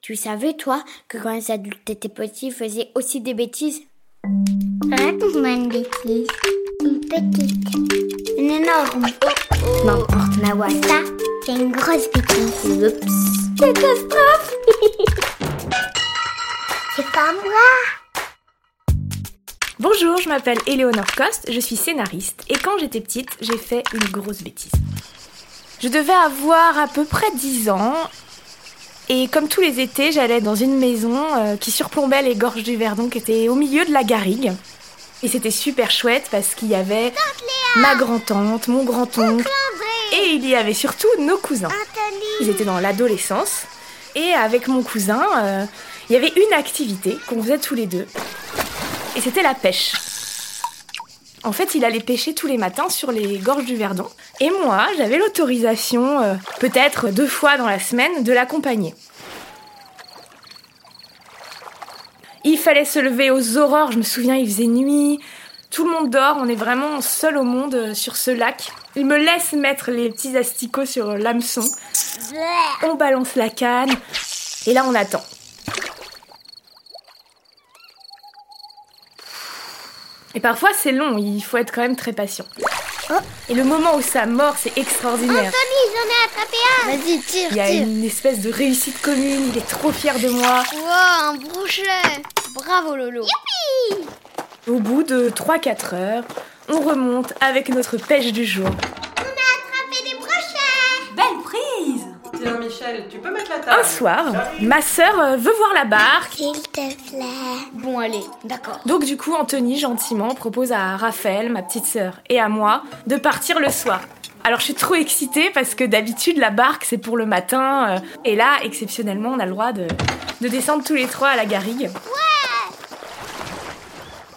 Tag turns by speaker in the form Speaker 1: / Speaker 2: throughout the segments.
Speaker 1: Tu savais, toi, que quand les adultes étaient petits, ils faisaient aussi des bêtises
Speaker 2: Raconte-moi une bêtise.
Speaker 1: Une petite.
Speaker 2: Une énorme.
Speaker 1: N'importe, Mawa.
Speaker 2: Ça, c'est une grosse bêtise.
Speaker 1: Oups.
Speaker 2: Catastrophe C'est pas moi
Speaker 3: Bonjour, je m'appelle Éléonore Coste, je suis scénariste et quand j'étais petite, j'ai fait une grosse bêtise. Je devais avoir à peu près 10 ans et comme tous les étés, j'allais dans une maison euh, qui surplombait les gorges du Verdon qui était au milieu de la garrigue. Et c'était super chouette parce qu'il y avait ma grand-tante, mon grand-oncle et il y avait surtout nos cousins. Ils étaient dans l'adolescence et avec mon cousin, euh, il y avait une activité qu'on faisait tous les deux et c'était la pêche. En fait, il allait pêcher tous les matins sur les gorges du Verdon. Et moi, j'avais l'autorisation, euh, peut-être deux fois dans la semaine, de l'accompagner. Il fallait se lever aux aurores, je me souviens, il faisait nuit. Tout le monde dort, on est vraiment seul au monde euh, sur ce lac. Il me laisse mettre les petits asticots sur euh, l'hameçon. On balance la canne. Et là, on attend. Et parfois, c'est long, il faut être quand même très patient.
Speaker 2: Oh.
Speaker 3: Et le moment où ça mord, c'est extraordinaire.
Speaker 2: Anthony, j'en ai attrapé un
Speaker 1: Vas-y, tire,
Speaker 3: Il y a
Speaker 1: tire.
Speaker 3: une espèce de réussite commune, il est trop fier de moi.
Speaker 2: Wow, un brochet
Speaker 1: Bravo, Lolo.
Speaker 3: Au bout de 3-4 heures, on remonte avec notre pêche du jour.
Speaker 2: Attrapé des brochets
Speaker 4: Belle prise
Speaker 5: Tiens Michel, tu peux mettre la
Speaker 3: Un
Speaker 5: table
Speaker 3: soir, ma sœur euh, veut voir la barque,
Speaker 2: S'il te plaît.
Speaker 1: Bon, allez, d'accord.
Speaker 3: donc du coup Anthony gentiment propose à Raphaël, ma petite sœur, et à moi de partir le soir. Alors je suis trop excitée parce que d'habitude la barque c'est pour le matin, euh, et là exceptionnellement on a le droit de, de descendre tous les trois à la garrigue.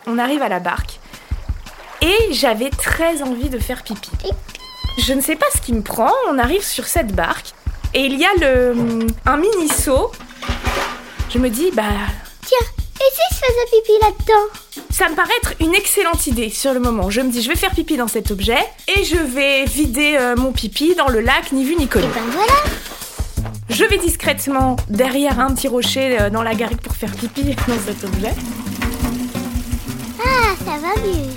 Speaker 3: on arrive à la barque. Et j'avais très envie de faire pipi. Je ne sais pas ce qui me prend, on arrive sur cette barque et il y a le, hum, un mini seau. Je me dis, bah,
Speaker 2: Et si je faisais pipi là-dedans
Speaker 3: ça me paraît être une excellente idée sur le moment. Je me dis, je vais faire pipi dans cet objet et je vais vider euh, mon pipi dans le lac, ni vu ni
Speaker 1: Eh
Speaker 3: connu.
Speaker 2: Et ben voilà
Speaker 3: Je vais discrètement derrière un petit rocher euh, dans la garrigue pour faire pipi dans cet objet.
Speaker 2: Ah, ça va mieux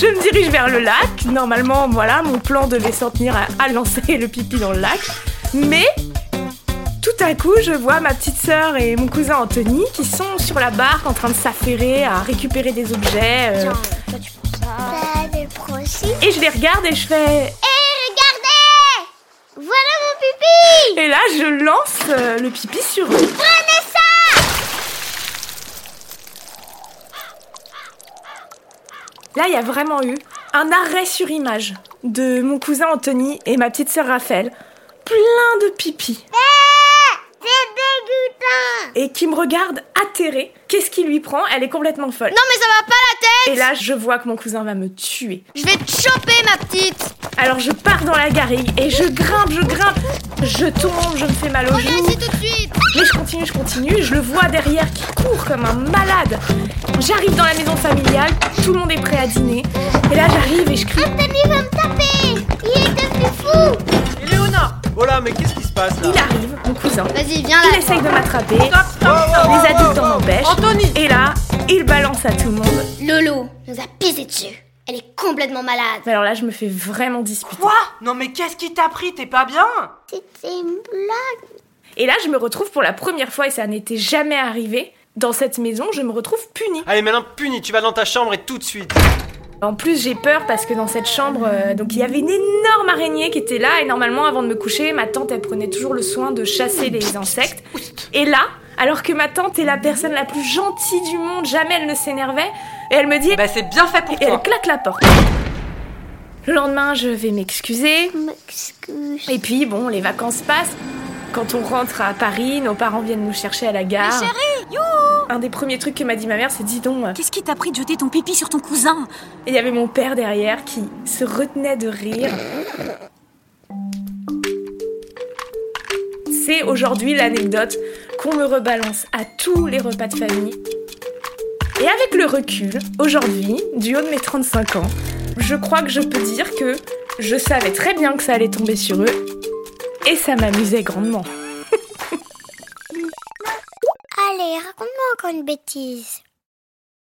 Speaker 3: Je me dirige vers le lac. Normalement, voilà, mon plan devait s'en tenir à, à lancer le pipi dans le lac. Mais tout à coup, je vois ma petite sœur et mon cousin Anthony qui sont sur la barque en train de s'affairer à récupérer des objets. euh,
Speaker 1: toi, tu prends ça.
Speaker 2: Ça, des brochets
Speaker 3: et je les regarde et je fais.
Speaker 2: Regardez Voilà mon pipi
Speaker 3: Et là, je lance euh, le pipi sur eux. Là, il y a vraiment eu un arrêt sur image de mon cousin Anthony et ma petite sœur Raphaël. Plein de pipi.
Speaker 2: C'est dégoûtant
Speaker 3: et qui me regarde atterrée. Qu'est-ce qui lui prend Elle est complètement folle.
Speaker 2: Non mais ça va pas la tête
Speaker 3: Et là, je vois que mon cousin va me tuer.
Speaker 2: Je vais te choper ma petite
Speaker 3: Alors je pars dans la garrigue et je grimpe, je grimpe, je tombe, je me fais mal au genou.
Speaker 2: tout de suite
Speaker 3: Mais je continue, je continue, je le vois derrière qui court comme un malade. J'arrive dans la maison familiale, tout le monde est prêt à dîner. Et là, j'arrive et je crie
Speaker 2: Anthony va me taper Il est devenu fou
Speaker 5: Éléonore Oh là, mais qu'est-ce qui se passe là
Speaker 3: il arrive, mon cousin.
Speaker 2: Vas-y, viens
Speaker 3: Il essaye de m'attraper. Les adultes en empêchent.
Speaker 5: Anthony
Speaker 3: Et là, il balance à tout le monde.
Speaker 2: Lolo nous a pissé dessus Elle est complètement malade
Speaker 3: Alors là, je me fais vraiment disputer.
Speaker 5: Quoi Non mais qu'est-ce qui t'a pris T'es pas bien
Speaker 2: C'était une blague
Speaker 3: Et là, je me retrouve pour la première fois, et ça n'était jamais arrivé, dans cette maison, je me retrouve punie.
Speaker 5: Allez maintenant puni, tu vas dans ta chambre et tout de suite
Speaker 3: En plus, j'ai peur parce que dans cette chambre, euh, donc il y avait une énorme araignée qui était là, et normalement, avant de me coucher, ma tante, elle prenait toujours le soin de chasser les insectes. Et là, alors que ma tante est la personne la plus gentille du monde, jamais elle ne s'énervait, et elle me dit,
Speaker 5: Bah c'est bien fait pour
Speaker 3: et elle
Speaker 5: toi
Speaker 3: claque la porte. Le lendemain, je vais m'excuser.
Speaker 2: M'excuse
Speaker 3: Et puis, bon, les vacances passent. Quand on rentre à Paris, nos parents viennent nous chercher à la gare. Un des premiers trucs que m'a dit ma mère, c'est dis donc. euh,
Speaker 4: Qu'est-ce qui t'a pris de jeter ton pipi sur ton cousin
Speaker 3: Et il y avait mon père derrière qui se retenait de rire. C'est aujourd'hui l'anecdote qu'on me rebalance à tous les repas de famille. Et avec le recul, aujourd'hui, du haut de mes 35 ans, je crois que je peux dire que je savais très bien que ça allait tomber sur eux. et ça m'amusait grandement.
Speaker 2: Allez, raconte-moi encore une bêtise.